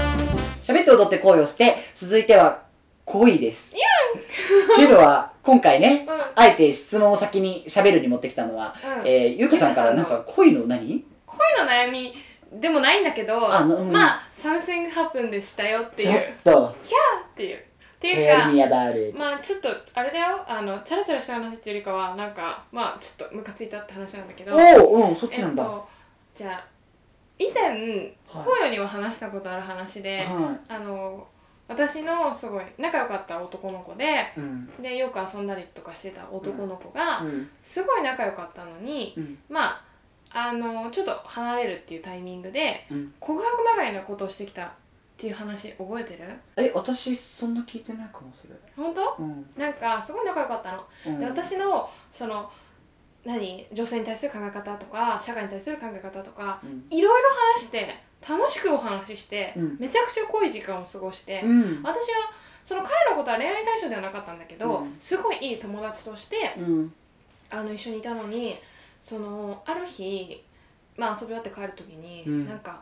って踊って恋をして、続いては恋です。 っていうのは、今回ね、うんあえて質問を先に喋るに持ってきたのは、うんえー、ゆうかさんからなんか恋の何恋の悩みでもないんだけどあのうんまあ「something happened」でしたよってちょいっうと、っていうっていう tell か me about it. まあちょっとあれだよあのチャラチャラした話っていうよりかはなんかまあちょっとムカついたって話なんだけどおおうん、そっちなんだ。えっと、じゃあ以前はいこうよには話したことある話で、はあの私のすごい仲良かった男の子でい。うん。でよく遊んだりとかしてた男の子が、うん。すごい仲良かったのにうん。まああのちょっと離れるっていうタイミングでうん。告白まがいのことをしてきたっていう話覚えてるえ、私、そんな聞いてないかも、それ。本当うん。なんかすごい仲良かったの。うん、で私のその何女性に対する考え方とか社会に対する考え方とかうん。いろいろ話して楽しくお話しして、うんめちゃくちゃ濃い時間を過ごして、うん。私はその彼のことは恋愛対象ではなかったんだけど、うんすごいいい友達としてうん。あの一緒にいたのにそのある日、まあ、遊び終わって帰る時に、うんなんか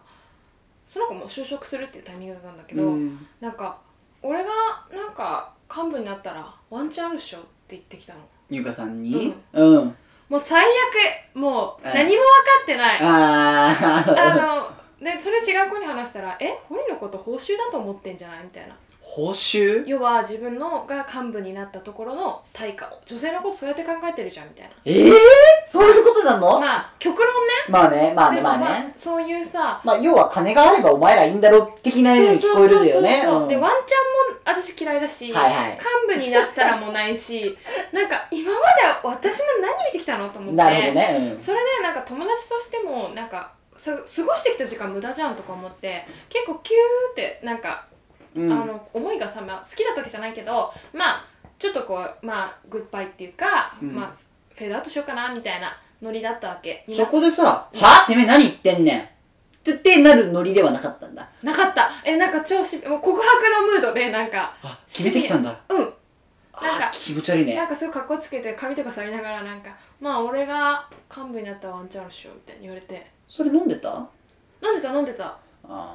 その子も就職するっていうタイミングだったんだけうど、ん。なんか俺がなんか幹部になったらワンチャンあるっしょって言ってきたの。ゆうかさんにうん。もう最悪もううん何も分かってない、ああ。あの、ね、それ違う子に話したら「え堀のこと報酬だと思ってんじゃない?」みたいな報酬要は自分のが幹部になったところの対価を女性のことそうやって考えてるじゃんみたいなええそういうことなのまあ極論ねまあね、まあね、でもまあね。そういうさまあ、要は金があればお前らいいんだろ、的なように聞こえるだよね。うんでワンチャンも私嫌いだし、はいはい幹部になったらもうな いしなんか今まで私の何見てきたのと思ってなるほどね。それでなんか友達としてもなんかさ過ごしてきた時間無駄じゃんとか思って結構キューってなんか、うん。あの思いがさ、まあ、好きだったわけじゃないけどまあちょっとこうまあグッバイっていうか、うんまあフェードアウトしようかなみたいなノリだったわけうんそこでさ、はてめえ何言ってんねん。ってってなるノリではなかったんだ。なかったえなんか調子もう告白のムードでなんかあ、決めてきたんだ。うんなんあかー、気持ち悪いなね。んかすごい格好つけて髪とかさりながらなんかまあ俺が幹部になったらワンチャンあるっしょみたいに言われてそれ飲んでた飲んでた飲んでたあ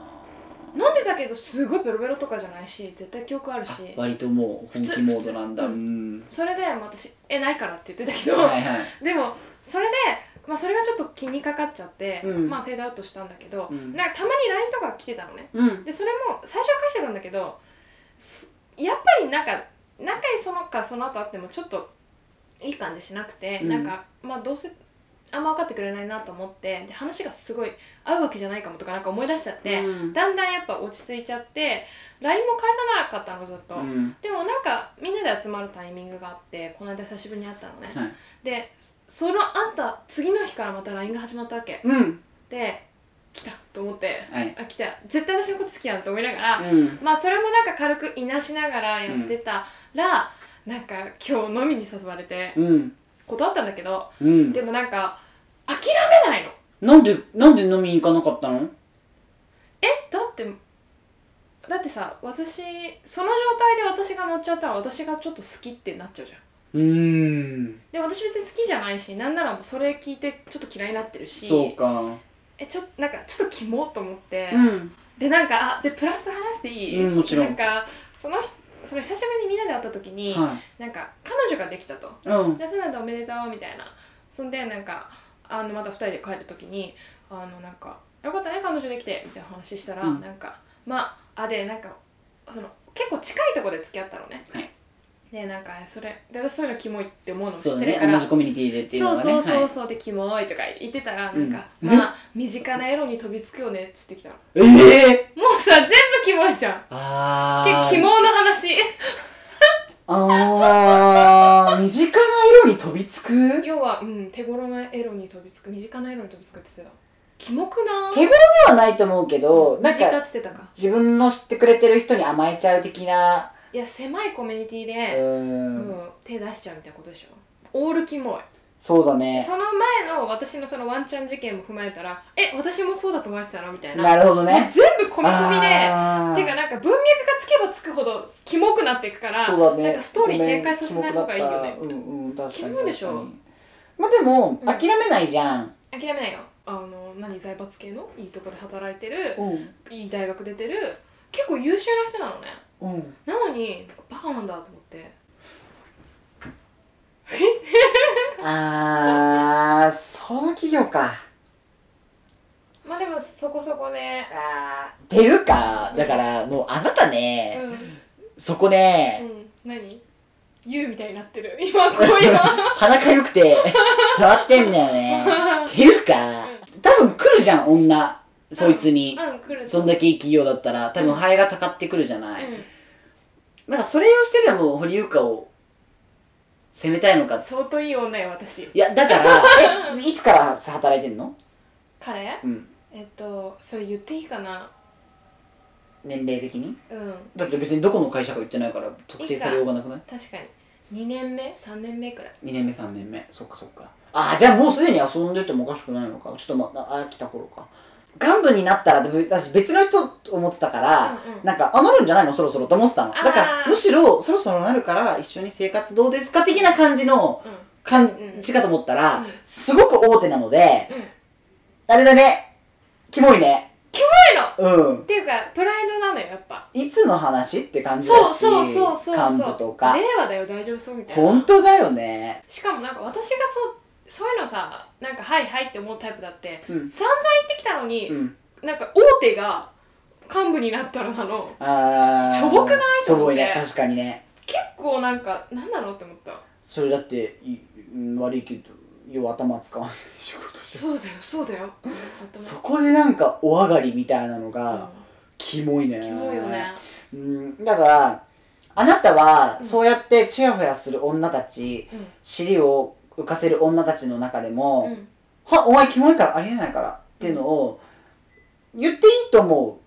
飲んでたけどすごいベロベロとかじゃないし絶対記憶あるしー割ともう本気モードなんだ。普う通ん。それでまあ私「えないから」って言ってたけど、はいはい。でもそれで、まあ、それがちょっと気にかかっちゃって、うんまあフェードアウトしたんだけど、うんなんかたまに LINE とか来てたのねうん。でそれも最初は返してたんだけどすやっぱりなんか仲いいそのかその後あってもちょっといい感じしなくて、うんなんかまあどうせあんま分かってくれないなと思ってで話がすごい合うわけじゃないかもとかなんか思い出しちゃって、うんだんだんやっぱ落ち着いちゃって LINE も返さなかったのずっと。うん。でもなんかみんなで集まるタイミングがあってこの間久しぶりに会ったのねはい。でそのあった次の日からまた LINE が始まったわけうん。で来たと思ってはい。あ来た絶対私のこと好きやんと思いながら、うん。まあそれもなんか軽くいなしながらやってたら、なんか今日飲みに誘われてうん。断ったんだけどうん。でもなんか諦めないのなんで、なんで飲みに行かなかったのえだってだってさ私その状態で私が乗っちゃったら私がちょっと好きってなっちゃうじゃんうーん。で私別に好きじゃないしなんならもうそれ聞いてちょっと嫌いになってるしそうか。えちょなんかちょっとキモと思って、うん。でなんかあでプラス話していい、うんもちろんなんかその人その久しぶりにみんなで会った時に、はなんか彼女ができたとい。うん「じ。ゃあそうなんだおめでとう」みたいなそんでなんかあのまた2人で帰る時に「あのなんかよかったね彼女できて」みたいな話したら、うんなんかまああでなんかその結構近いところで付き合ったのね、はいでなんかそれで私そういうのキモいって思うのも知そっうてだねるから、同じコミュニティでっていうのがねそうそうそうはいそうでキモいとか言ってたらなんか、うんまあ身近なエロに飛びつくよねっつってきたのもええうさ全部キモいじゃんあけーキモの話あー身近な色に飛びつくで要はうん手頃なエロに飛びつく身近なエロに飛びつくって言ってたキモくな手はないと思うけどなん身近かっつってたか自分の知ってくれてる人に甘えちゃう的ないや狭いコミュニティうで、ーん、もう手出しちゃうみたいなことでしょオールキモそうだいねその前の私のそのワンチャン事件も踏まえたらえ私もそうだと思われてたのみたいななるほどもねう全部込み込みであーてかなんか文脈がつけばつくほどキモくなっていくからそうだねなんかストーリー展開させない方がいいよねごめんキモくなったうんうん確かにキモいでしょ確かにまあでも、うん諦めないじゃん、諦めないよあの何財閥系のいいとこで働いてるうん、いい大学出てる結構優秀な人なのねうんなのにバカなんだと思ってあーその企業かまあでもそこそこねあーっていうかだからもうあなたうね、ん、うん、そこね、何言うみたいになってる今こういうの鼻かゆく て触ってんだよねっていうか、多分来るじゃん女そいつに、うん来るそんだけ企業だったら多分うんハエがたかってくるじゃない、うなんかそれをしてるのはもう堀優香を責めたいのかん、相当いい女よ私いやだから えいつから働いてんの彼うんえっとそれ言っていいかな年齢的にうんだって別にどこの会社か言ってないから特定されようがなくない確かに2年目3年目くらい ?2 年目3年目そっかそっかああじゃあもうすでに遊んでてもおかしくないのかちょっとまたああ来た頃か幹部になったらでも私別の人と思ってたから、うんうんなんかあなるんじゃないのそろそろと思ってたのだかあらーむしろそろそろなるから一緒に生活どうですか的な感じのうん感じかと思ったら、うんすごく大手なので、うんあれだねキモいね怖いうのっんていうかプライドなのよやっぱいつの話って感じだしそうそうそうそうそう幹部とか、令和だよ大丈夫そうみたいな本当だよねしかもなんか私がそうそういうのさなんかはいはいって思うタイプだって、うん散々言ってきたのに、うんなんか大手が幹部になったらなのあーしょぼくないしょぼいねと思って確かにね結構なんかなんなのって思ったそれだっていうん悪いけど要は頭使わない仕事してそうだよそうだよそこでなんかお上がりみたいなのうが、んキモいねキモいよねうんだからあなたはうんそうやってチヤホヤする女たち、うん尻を浮かせる女たちの中でも、うんはお前キモいからありえないからっていうのを言っていいと思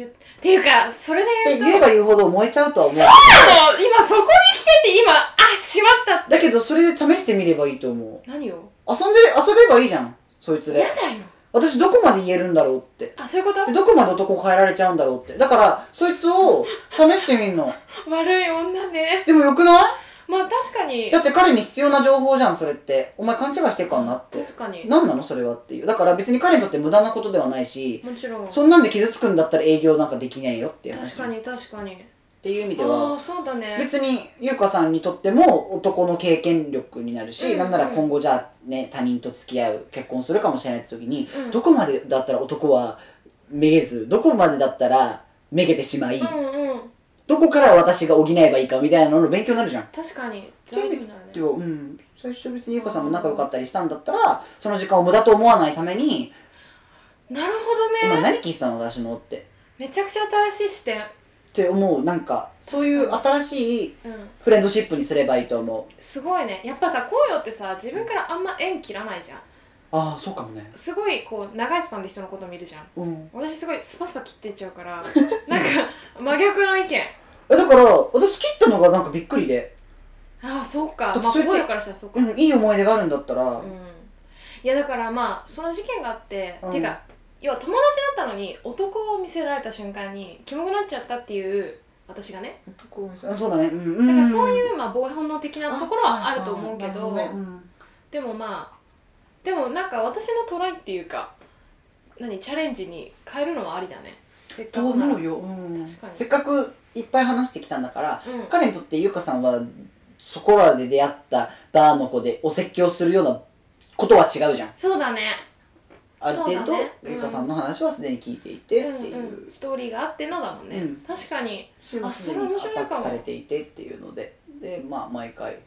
っていうかそれでうって言うと言えば言うほど燃えちゃうとは思うあの今そこに来てて今あしまっただけどそれで試してみればいいと思う何を遊んでる遊べばいいじゃんそいつやでだよ私どこまで言えるんだろうってあそういうことでどこまで男を変えられちゃうんだろうってだからそいつを試してみんの悪い女ねでもよくなまあ確かにいだって彼に必要な情報じゃんそれってお前勘違いしてるからなって確かに何なのそれはっていうだから別に彼にとって無駄なことではないしもちろんそんなんで傷つくんだったら営業なんかできないよっていう話確かに確かにっていう意味でああはーそうだね別に優香さんにとっても男の経験力になるし、うんなんなら今後じゃあね他人と付き合う結婚するかもしれないって時に、うんどこまでだったら男はめげずどこまでだったらめげてしまい、うんうんどこから私が補えばいいかみたいなのの勉強になるじゃん。確かに材料になるでねもうん、最初別に優香さんも仲良かったりしたんだったらその時間を無駄と思わないためにな「るほど今ね何聞いてたの私の」って。めちゃくちゃ新しい視点って思うなんかそういう新しいうんフレンドシップにすればいいと思う。すごいねやっぱさ紅葉ってさ自分からあんま縁切らないじゃんああそうかもね。すごいこう長いスパンで人のこと見るじゃんうん私すごいスパスパ切っていっちゃう からなんか真逆の意見えだから私切ったのがなんかびっくりで、ああそうかだってまあそうやって紅葉からしたらそうかうん、いい思い出があるんだったら、うんいやだからまあその事件があって、うんてか要は友達だったのに男を見せられた瞬間にキモくなっちゃったっていう私がねあそうだねうんうだんからそうういう、まあ、防衛本能的なところはあると思うけどなるほねうんでもまあでもなんか私のトライっていうか何チャレンジに変えるのはありだねせっかとくなら思うよ、うん、確かにせっかくいっぱい話してきたんだからうん彼にとって優香さんはそこらで出会ったバーの子でお説教するようなことは違うじゃんそうだねある程そ度うだねうん優香さんの話はすでに聞いていてっていう、うんうん、ストーリーがあってのだもんね、うん確かにそれもあすでそれに面ア白いタかッもクされていてっていうのででまあ毎回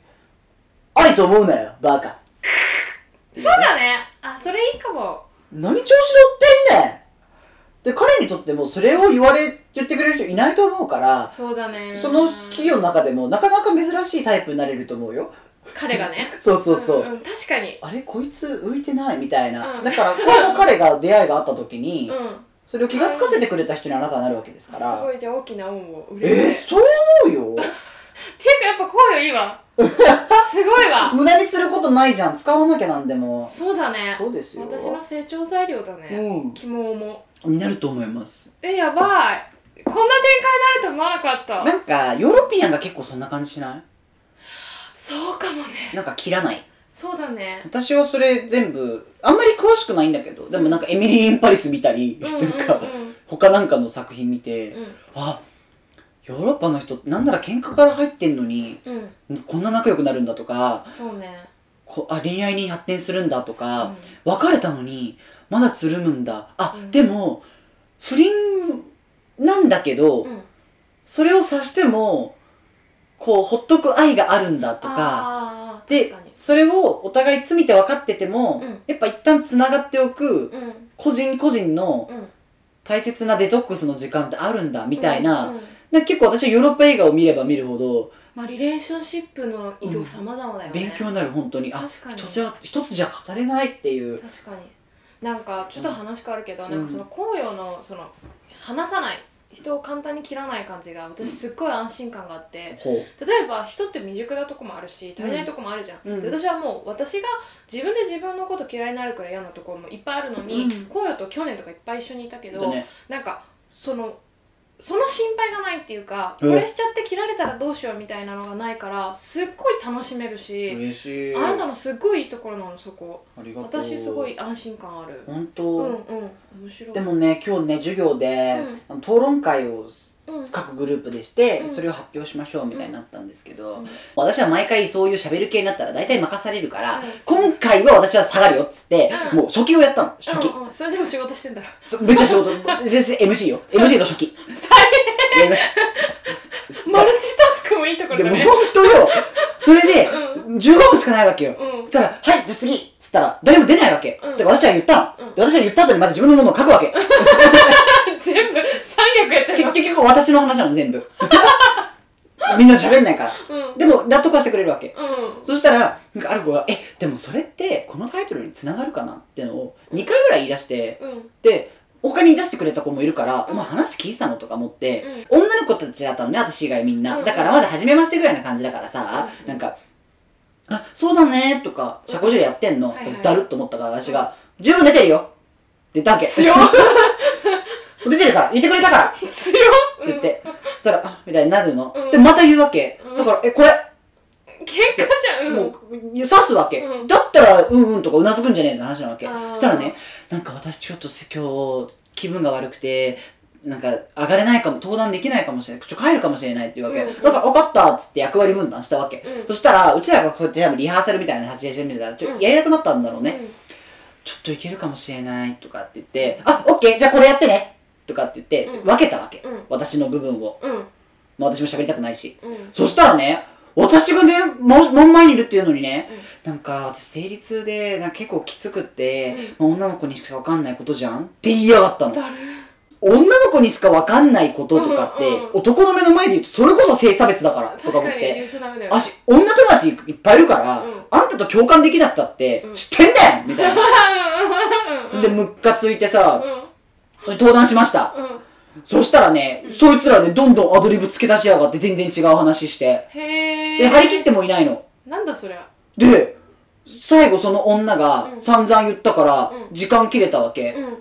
ありと思うなよバカそうだねあそれいいかも何調子乗ってんねんで彼にとってもそれを言われ言ってくれる人いないと思うから、そうだねその企業の中でもなかなか珍しいタイプになれると思うよ彼がねそう そうそう、んん確かにあれこいつ浮いてないみたいな、うんだから今後彼が出会いがあった時に、うんそれを気が付かせてくれた人にあなたになるわけですからすごいじゃあ大きな恩を売れてえー、てそう思うよいうかやっぱ声いい わすごいわ無駄にすることないじゃん使わなきゃなんでもそうだねそうですよ私の成長材料だね希望もうんになると思いますえやばいこんな展開になると思わなかったなんかヨーロピアンが結構そんな感じしなそうかもねいなんか切らないそうだね私はそれ全部あんまり詳しくないんだけどでもなんかエミリー・イン・パリス見たり、うんうんうんなんか他なんかの作品見てうんあヨーロッパの人なんなら喧嘩から入ってんのにうんこんな仲良くなるんだとかそうねこあ恋愛に発展するんだとうか、ん別れたのにまだつるむんだあ、うんでも不倫なんだけど、うんそれを察してもこうほっとく愛があるんだとかあーで確かにそれをお互い罪って分かってても、うんやっぱ一旦つながっておくうん個人個人のうん大切なデトックスの時間ってあるんだみたいな,、うんうんなんか結構私はヨーロッパ映画を見れば見るほどまあリレーションシップの色様々だよね勉強になる本当にあ確かに一つじゃ一つじゃ語れないっていう。確かになんかちょっと話変わるけど、うんなんかその紅葉のその話さない人を簡単に切らない感じが私すっごい安心感があってほ例えば人って未熟なとこもあるし足りないとこもあるじゃん、うんで私はもう私が自分で自分のこと嫌いになるくらい嫌なところもいっぱいあるのに、うん紅葉と去年とかいっぱい一緒にいたけうど、だねなんかそのその心配がないっていうかこうんれしちゃって切られたらどうしようみたいなのがないからすっごい楽しめるし、嬉しいあなたのすっごいいいところなのそこありがとう私すごい安心感ある本うんうん当、面白いでもね今日ね授業で、あの討論会をうん各グループでして、うんそれを発表しましょうみたいになったんですけど、うん私は毎回そういう喋る系になったら大体任されるから、うん今回は私は下がるよっつって、うんもう初期をやったの初期、うんうん、それでも仕事してんだそめっちゃ仕事です MC よ MC と初 期やりましたマルチタスクもいいとこでろだもね本当よそれでう15分しかないわけようんたら、はい、じゃあ次っつったら、誰も出ないわけ。うんで、私は言ったの、うんで、私は言った後にまた自分のものを書くわけ。全部三役やってる結の結局私の話なの全 部みんな喋んないからうんうんでも納得はしてくれるわけうんそしたらなんかある子が「えでもそれってこのタイトルにつながるかな?」ってのを2回ぐらい言い出してうんで他に出してくれた子もいるから「うおん前話聞いてたの?」とか思って、女の子たちだったのね私以外みんな、うんだからまだ初めましてぐらいな感じだからさ、うんなんか「あそうだね」とか「社交辞令やってんの?はいはいだるっと思ったから私が「十分出てるよ」って言ったわけ強っ出てるから言ってくれたから強っって言って、そしたら、あみたいになるの。うんで、また言うわけ。うんだから、え、これ、喧嘩じゃんうんもう、刺すわけ。うんだったら、うんうんとかうなずくんじゃねえの話なわけ。あーそしたらね、なんか私ちょっと今日、気分が悪くて、なんか、上がれないかも、登壇できないかもしれない。ちょ、帰るかもしれないっていうわけ。うんうんだから、分かったっつって役割分担したわけ。うんそしたら、うちらがこうやって多分リハーサルみたいな発言してみたら、ちょうっんとやりたくなったんだろうね。ちょっといけるかもしれないとかって言って、あ、オッケーじゃあこれやってねとかって言って、うん分けたわけ。うん私の部分を。うんまあ私も喋りたくないし。うんうんそしたらね、私がね、ま、真ん前にいるっていうのにね、なんか私生理痛で、なんか結構きつくって、まあ女の子にしかわかんないことじゃんって言いやがったの。だる女の子にしかわかんないこととかって、うんうん男の目の前で言うとそれこそ性差別だからと確か思っかにて。言っちゃダメだよ私、女友達いっぱいいるから、うんあんたと共感できなくたってう、ん知ってんだよみたいな。うんうんで、ムッカついてさ、う登壇しました。んうんそしたらね、そいつらね、どんどんアドリブつけ出しやがって全然違う話して。へえで、張り切ってもいないの。なんだそりゃで、最後その女がうん散々言ったからう、ん時間切れたわけ。うん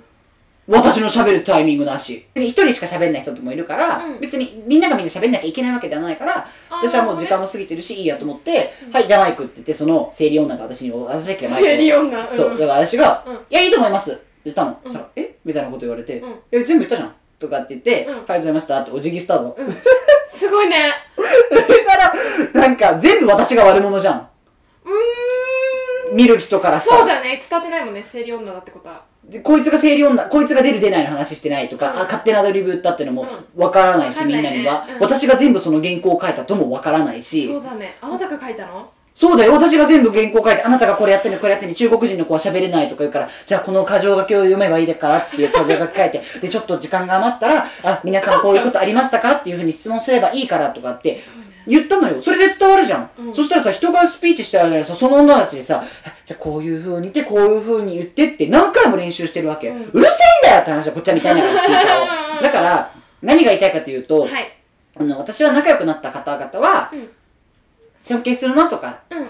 私の喋るタイミングなし。で一人しか喋んない人もいるから、うん別にみんながみんな喋んなきゃいけないわけではないから、私はもう時間も過ぎてるし、いいやと思って、うんはい、じゃあマイクって言って、その生理女が私に、私だっけマイクを。生理女んそう、だから私が、うんいや、いいと思いますって言ったの。うそんしたら、えみたいなこと言われて、うんいや、全部言ったじゃん。とかって言って、うんはい、ありがとうございましたってお辞儀したの。すごいねそしたら、なんか全部私が悪者じゃん。うーん見る人からしたら。そうだね伝ってないもんね生理女だってことはでこいつが生理女、こいつが出る出ないの話してないとか、うんあ勝手なアドリブ言ったってのもうわからないし、わかんみなんいなねには、うん私が全部その原稿を書いたともわからないし、そうだねあなたが書いたのそうだよ、私が全部原稿書いて、あなたがこれやってね、これやってね、中国人の子は喋れないとか言うから、じゃあこの箇条書きを読めばいいから、つって箇条書き書いて、で、ちょっと時間が余ったら、あ、皆さんこういうことありましたかっていうふうに質問すればいいからとかって、言ったのよ。それで伝わるじゃん。うんそしたらさ、人がスピーチしてあげらさ、その女たちでさ、じゃあこういう風にって、こういう風に言ってって何回も練習してるわけ。ううんるせえんだよって話はこっちは見たいんだから、スピーカーを。だから、何が言いたいかというと、はいあの、私は仲良くなった方々は、うん尊敬するなとか、うんうん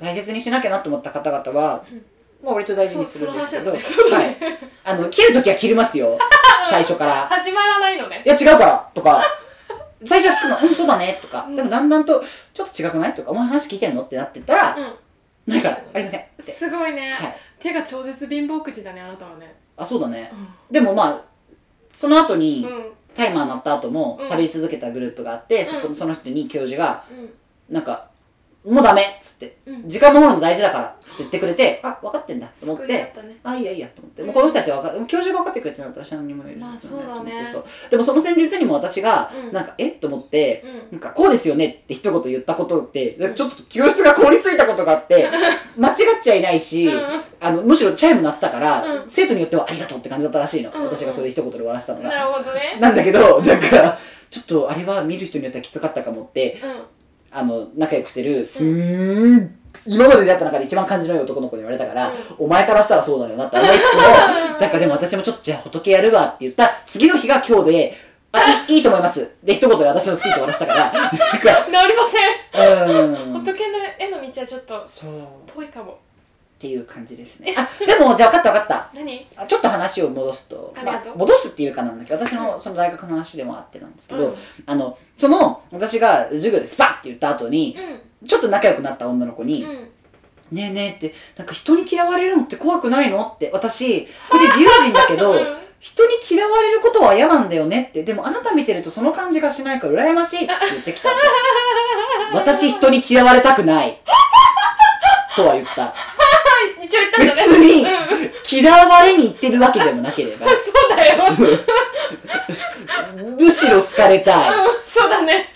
大切にしなきゃなと思った方々は、うんまあ割と大事にするんですけど、そその話だはねい。あの、切るときは切ります よ。最初から。始まらないのねいや、違うからとか、最初は聞くの、うん、そうだねとか、うんでもだんだんと、ちょっと違くないとか、お前話聞いてんのってなってったら、うないから、ありませんっんて。すごいねはい。手が超絶貧乏口だねあなたはねあ、そうだねう。んでもまあ、その後に、うんタイマー鳴った後もうん喋り続けたグループがあって、そこその人に教授が、うんなんか、もうダメっつって、うん時間守るの大事だからって言ってくれて、あ、分かってんだと思っ救いだてっ、たねあ、いいやいいやと思って、うんもうこの人たちが分か教授が分かってくれてなかったら私は何も言えないまあそうだねそう。でもその先日にも私が、うんなんか、えと思って、うんなんか、こうですよねって一言言ったことって、なんかちょっと教室が凍りついたことがあって、間違っちゃいないし、うあの、むしろチャイム鳴ってたから、うん生徒によってはありがとうって感じだったらしいの。うんうん私がそれ一言で終わらせたのんが。なるほどねなんだけど、なんか、ちょっとあれは見る人によってはきつかったかもって、うあの、仲良くしてる、すん、今まで出会った中で一番感じのいい男の子に言われたから、うんお前からしたらそうだよなって思いつつも、 だからでも私もちょっとじゃあ仏やるわって言った、次の日が今日で、あ、いいいと思います。で、一言で私のスピーチ終わらしたから、なんか、ん治りま せうんん。仏の絵の道はちょっとそう。っ遠いかもていう感じですね。あ、でも、じゃあ分かった分かった。何あちょっと話を戻すと、ありがとう戻すっていうかなんだけど、私のその大学の話でもあってなんですけど、うんあの、その、私が授業でスパッって言った後に、ちょっと仲良くなった女の子に、うんうんねえねえって、なんか人に嫌われるのって怖くないのって、私、これ自由人だけど、 うん人に嫌われることは嫌なんだよねって、でもあなた見てるとその感じがしないから羨ましいって言ってきたの。 私人に嫌われたくない。とは言った。一応言ったんだね別にうん うん嫌われに行ってるわけでもなければ、そうだ よむしろ好かれたい。うんそうだね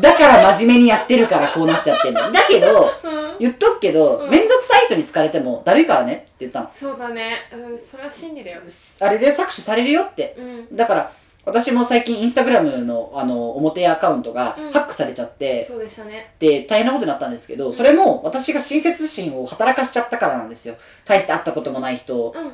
だから真面目にやってるからこうなっちゃってんの。だけど、うん言っとくけど、うんめんどくさい人に好かれてもだるいからねって言ったの。そうだねうんそれは真理だよあれで搾取されるよって。うんだから、私も最近インスタグラムの、あの、表アカウントがうんハックされちゃって、そうでしたねで、大変なことになったんですけど、それも私が親切心を働かしちゃったからなんですよ。大して会ったこともない人、うん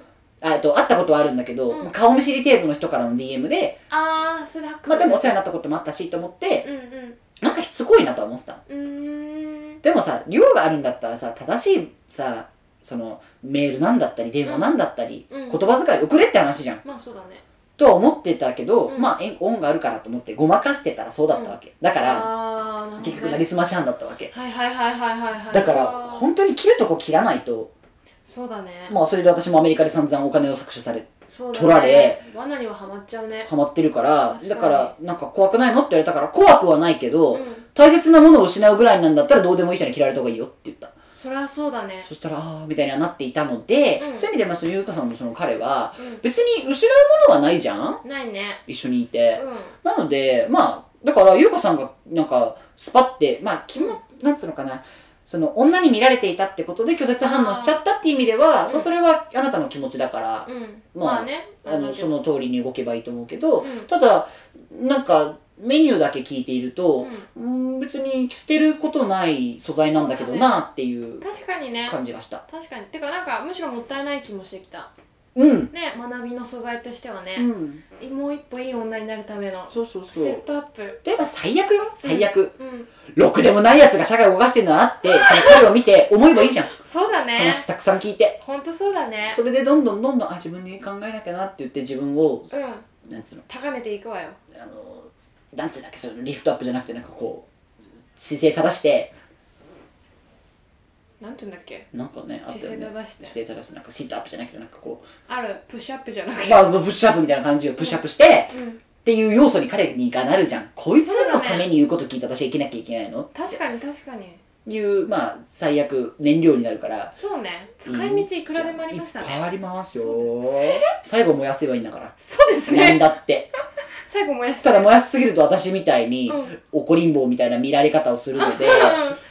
あえっと、会ったことはあるんだけど、うん顔見知り程度の人からの DM で、ああそれでハックまあでもお世話さになったこともあったしと思って、れたうんなんかしつこいなとは思ってたの。うんうーんでもさ、量があるんだったらさ、正しいさ、その、メールなんだったり、電話なんだったり、うん言葉遣い送れって話じゃん。まあそうだねとは思ってたけど、うんまあ、え恩があるからと思ってごまかしてたらそうだったわけ。だから、ああなるほどね結局なりすまし犯だったわけ。はいはいはいはいはいはいだから、あー本当に切るとこ切らないと、そうだねまあ、それで私もアメリカで散々お金を搾取され、そうだね取られ罠にはハマっちゃうねハマってるから、確かにだから、なんか怖くないのって言われたから、怖くはないけど、うん大切なものを失うぐらいなんだったらどうでもいい人に嫌われた方がいいよって言った。そりゃそうだねそしたら、あーみたいにはなっていたので、うんそういう意味で、まあ、そのゆうかさんのその彼は、うん別に失うものはないじゃんないね一緒にいうて。んなので、まあ、だから、ゆうかさんが、なんか、スパって、まあ、気も、なんつうのかな、その、女に見られていたってことで拒絶反応しちゃったっていう意味では、うんまあ、それはあなたの気持ちだから、うんまあまあねあの、その通りに動けばいいと思うけど、うんただ、なんか、メニューだけ聞いていると、うんうん、別に捨てることない素材なんだけどなっていう確かにね感じがした。確かにてかなんかむしろもったいない気もしてきたうん。ね学びの素材としてはうね、ん。もう一歩いい女になるためのそうそうステッ。プアップ例えば最悪よ、最悪。うんろくでもない奴が社会を動かしてんだなって、その彼を見て思えばいいじゃん。そうだね話たくさん聞いてほんとそうだねそれでどんどんどんどんあ自分に考えなきゃなって言って自分を、うんなんつうの高めていくわよあのなんつうんだっけそのリフトアップじゃなくてなんかこう姿勢正してなんて言うんだっけなんかねあったよね姿勢正して姿勢正してなんかシートアップじゃないけどなんかこうあるプッシュアップじゃなくてまあプッシュアップみたいな感じをプッシュアップしてうんっていう要素に彼にがなるじゃんこいつらのために言うこと聞いて私は生きなきゃいけないの確かに確かにいうまあ最悪燃料になるからそうね使い道いくらでもありましたいっぱいあねりますよそう最後燃やせばいいんだからそうですなんねだって最後燃やしたただ燃やしすぎると私みたいに、うんうん怒りん坊みたいな見られ方をするので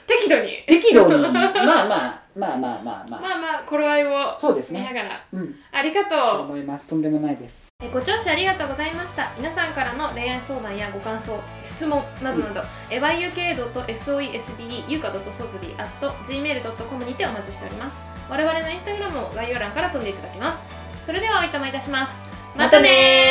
適度に適度にまあまあまあまあまあまあまあまあ頃合いをそうです見ねながらうんありがととう思いますとんでもないですえご聴取ありがとうございました皆さんからの恋愛相談やご感想質問などなど、え yuk.soesde ゆうか .sozbi gmail.com にてお待ちしております我々のインスタグラムを概要欄から飛んでいただけますそれではおいたまいたしますまたねー